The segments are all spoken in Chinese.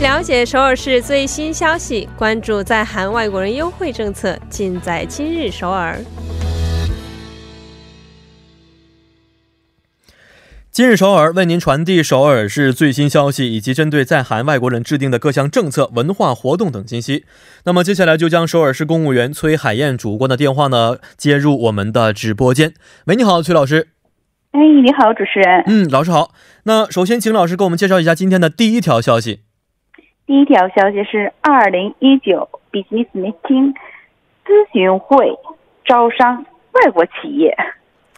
了解首尔市最新消息，关注在韩外国人优惠政策，尽在今日首尔。今日首尔为您传递首尔市最新消息，以及针对在韩外国人制定的各项政策、文化活动等信息。那么接下来就将首尔市公务员崔海燕主官的电话呢接入我们的直播间。喂，你好，崔老师。哎，你好，主持人。嗯，老师好。那首先请老师给我们介绍一下今天的第一条消息。第一条消息是，二零一九 Business Meeting 咨询会招商外国企业。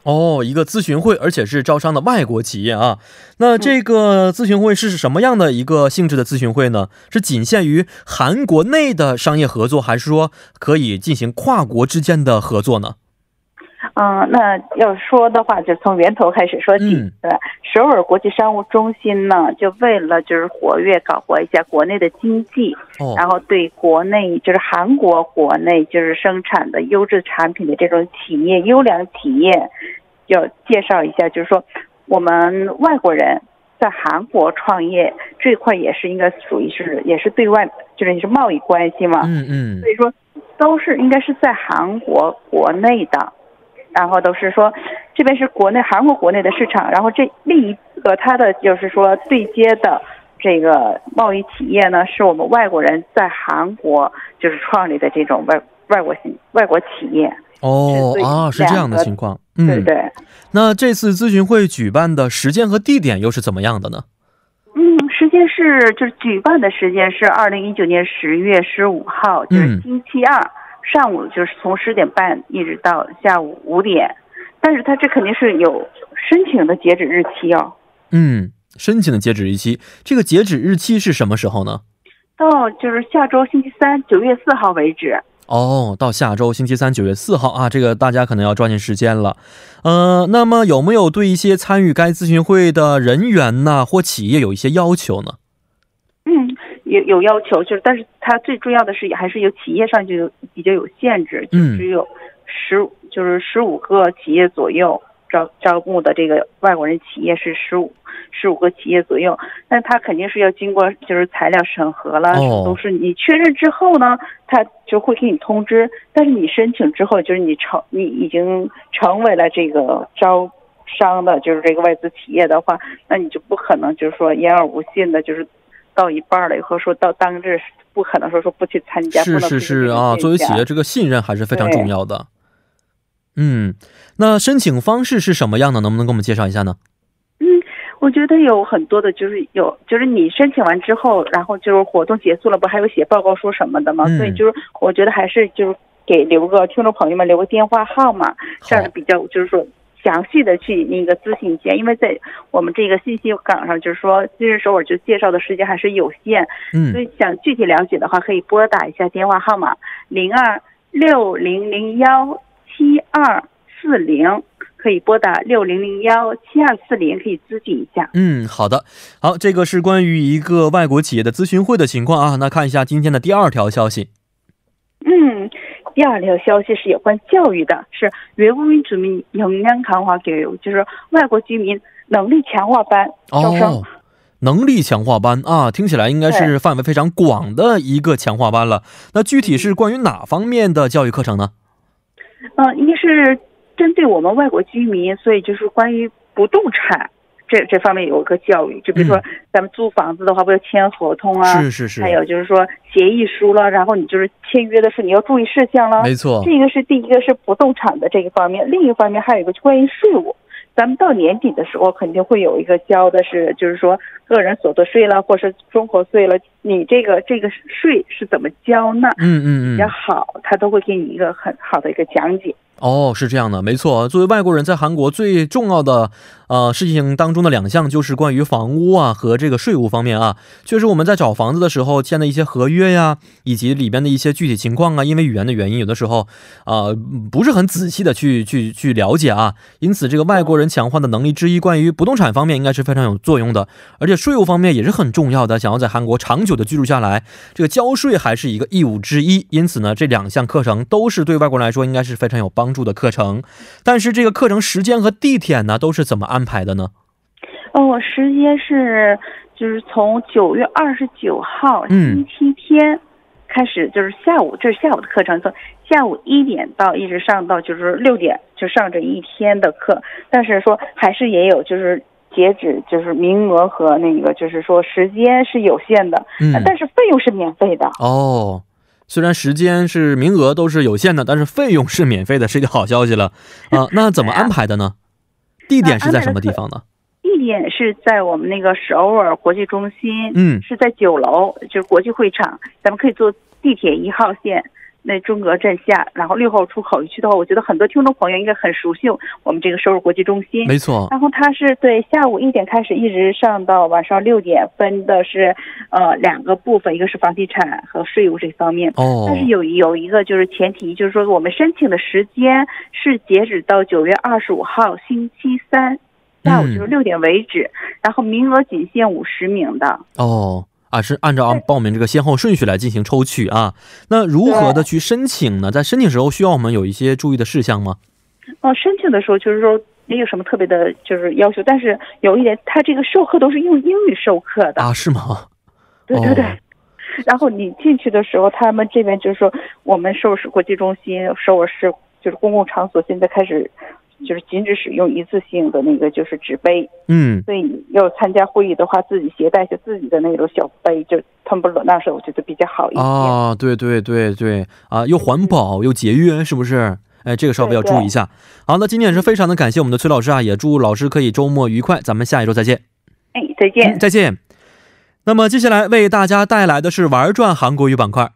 哦，一个咨询会，而且是招商的外国企业啊。那这个咨询会是什么样的一个性质的咨询会呢？是仅限于韩国内的商业合作，还是说可以进行跨国之间的合作呢？嗯、那要说的话，就从源头开始说起。嗯呃，首尔国际商务中心呢，就为了就是活跃搞活一下国内的经济，哦，然后对国内就是韩国国内就是生产的优质产品的这种企业、优良企业，要介绍一下，就是说我们外国人在韩国创业这一块也是应该属于是也是对外就是也是贸易关系嘛，嗯嗯所以说都是应该是在韩国国内的，然后都是说这边是国内韩国国内的市场，然后这另一个它的就是说对接的这个贸易企业呢，是我们外国人在韩国就是创立的这种外外国企外国企业，哦所以啊，是这样的情况。嗯，对不对？那这次咨询会举办的时间和地点又是怎么样的呢？嗯，时间是就是举办的时间是二零一九年十月十五号，就是嗯星期二、上午，就是从十点半一直到下午五点，但是它这肯定是有申请的截止日期哦，嗯，申请的截止日期，这个截止日期是什么时候呢？到就是下周星期三九月四号为止。哦，到下周星期三九月四号啊，这个大家可能要抓紧时间了。呃，那么有没有对一些参与该咨询会的人员呐或企业有一些要求呢？嗯，有有要求，就是但是它最重要的是还是有企业上就有比较有限制，就嗯只有十就是十五个企业左右招招募的这个外国人企业是十五十五个企业左右，但它肯定是要经过就是材料审核啦，哦都是你确认之后呢，它就会给你通知，但是你申请之后就是你成你已经成为了这个招。商的，就是这个外资企业的话，那你就不可能就是说言而无信的，就是到一半儿了以后说到当日不可能说说不去参加，不是能是出是去啊，参作为企加业，这个信任还是非常对重要的。嗯，那申请方式是什么样的？能不能给我们介绍一下呢？我觉得有很多的，就是有，就是你申请完之后，然后就是活动结束了，不还有写报告书什么的吗？嗯所以就是我觉得还是就是给留个听众朋友们留个电话号码，这好样，比较就是说详细的去那个咨询一下，因为在我们这个信息岗上，就是说今日首尔就介绍的时间还是有限，所嗯，以想具体了解的话，可以拨打一下电话号码零二六零零幺七二四零，可以拨打六零零幺七二四零，可以咨询一下。嗯，好的，好，这个是关于一个外国企业的咨询会的情况啊。那看一下今天的第二条消息。嗯，第二条消息是有关教育的，是외국민주민역량强化교육，就是外国居民能力强化班招生。哦，能力强化班啊，听起来应该是范围非常广的一个强化班了。那具体是关于哪方面的教育课程呢？嗯、应该是针对我们外国居民，所以就是关于不动产这这方面有一个教育，就比如说咱们租房子的话，不要签合同啊，嗯是是是，还有就是说协议书了，然后你就是签约的时候你要注意事项了。没错，这个是第一个是不动产的这一方面，另一方面还有一个就关于税务。咱们到年底的时候肯定会有一个交的是，就是说个人所得税了，或是综合税了，你这个这个税是怎么交纳嗯嗯比较嗯，好，他都会给你一个很好的一个讲解。哦，是这样的，没错。作为外国人，在韩国最重要的呃事情当中的两项就是关于房屋啊和这个税务方面啊。确实，我们在找房子的时候签的一些合约呀，以及里边的一些具体情况啊，因为语言的原因，有的时候啊、呃不是很仔细的去去去了解啊。因此，这个外国人强化的能力之一，关于不动产方面应该是非常有作用的，而且税务方面也是很重要的。想要在韩国长久的居住下来，这个交税还是一个义务之一。因此呢，这两项课程都是对外国人来说应该是非常有帮助的课程。但是这个课程时间和地点呢，都是怎么安排的呢？呃，我时间是就是从九月二十九号嗯星期天开始，就是下午，这是下午的课程，从下午一点到一直上到就是六点，就上这一天的课。但是说还是也有就是截止，就是名额和那个就是说时间是有限的，嗯，呃但是费用是免费的。哦，虽然时间是名额都是有限的，但是费用是免费的，是一个好消息了啊、那怎么安排的呢？地点是在什么地方呢？地点是在我们那个首尔国际中心，嗯，是在九楼，就是国际会场，咱们可以坐地铁一号线。那中阁站下，然后六号出口一去的话，我觉得很多听众朋友应该很熟悉我们这个首尔国际中心。没错，然后它是对下午一点开始，一直上到晚上六点，分的是呃两个部分，一个是房地产和税务这方面。哦但，是有有一个就是前提，就是说我们申请的时间是截止到九月二十五号星期三下午嗯就是六点为止，然后名额仅限五十名的。哦啊，是按照报名这个先后顺序来进行抽取啊。那如何的去申请呢？在申请时候需要我们有一些注意的事项吗？哦，申请的时候就是说没有什么特别的，就是要求，但是有一点，他这个授课都是用英语授课的，啊，是吗？对对对。哦然后你进去的时候，他们这边就是说，我们首尔市国际中心、首尔市就是公共场所现在开始就是禁止使用一次性的那个就是纸杯，嗯，所以要参加会议的话，自己携带一些自己的那种小杯，就他们不那时候我觉得比较好一点。啊，对对对对啊，又环保又节约，是不是？哎，这个稍微要注意一下。好，那今天也是非常的感谢我们的崔老师啊，也祝老师可以周末愉快，咱们下一周再见。哎，再见。嗯再见。那么接下来为大家带来的是玩转韩国语板块。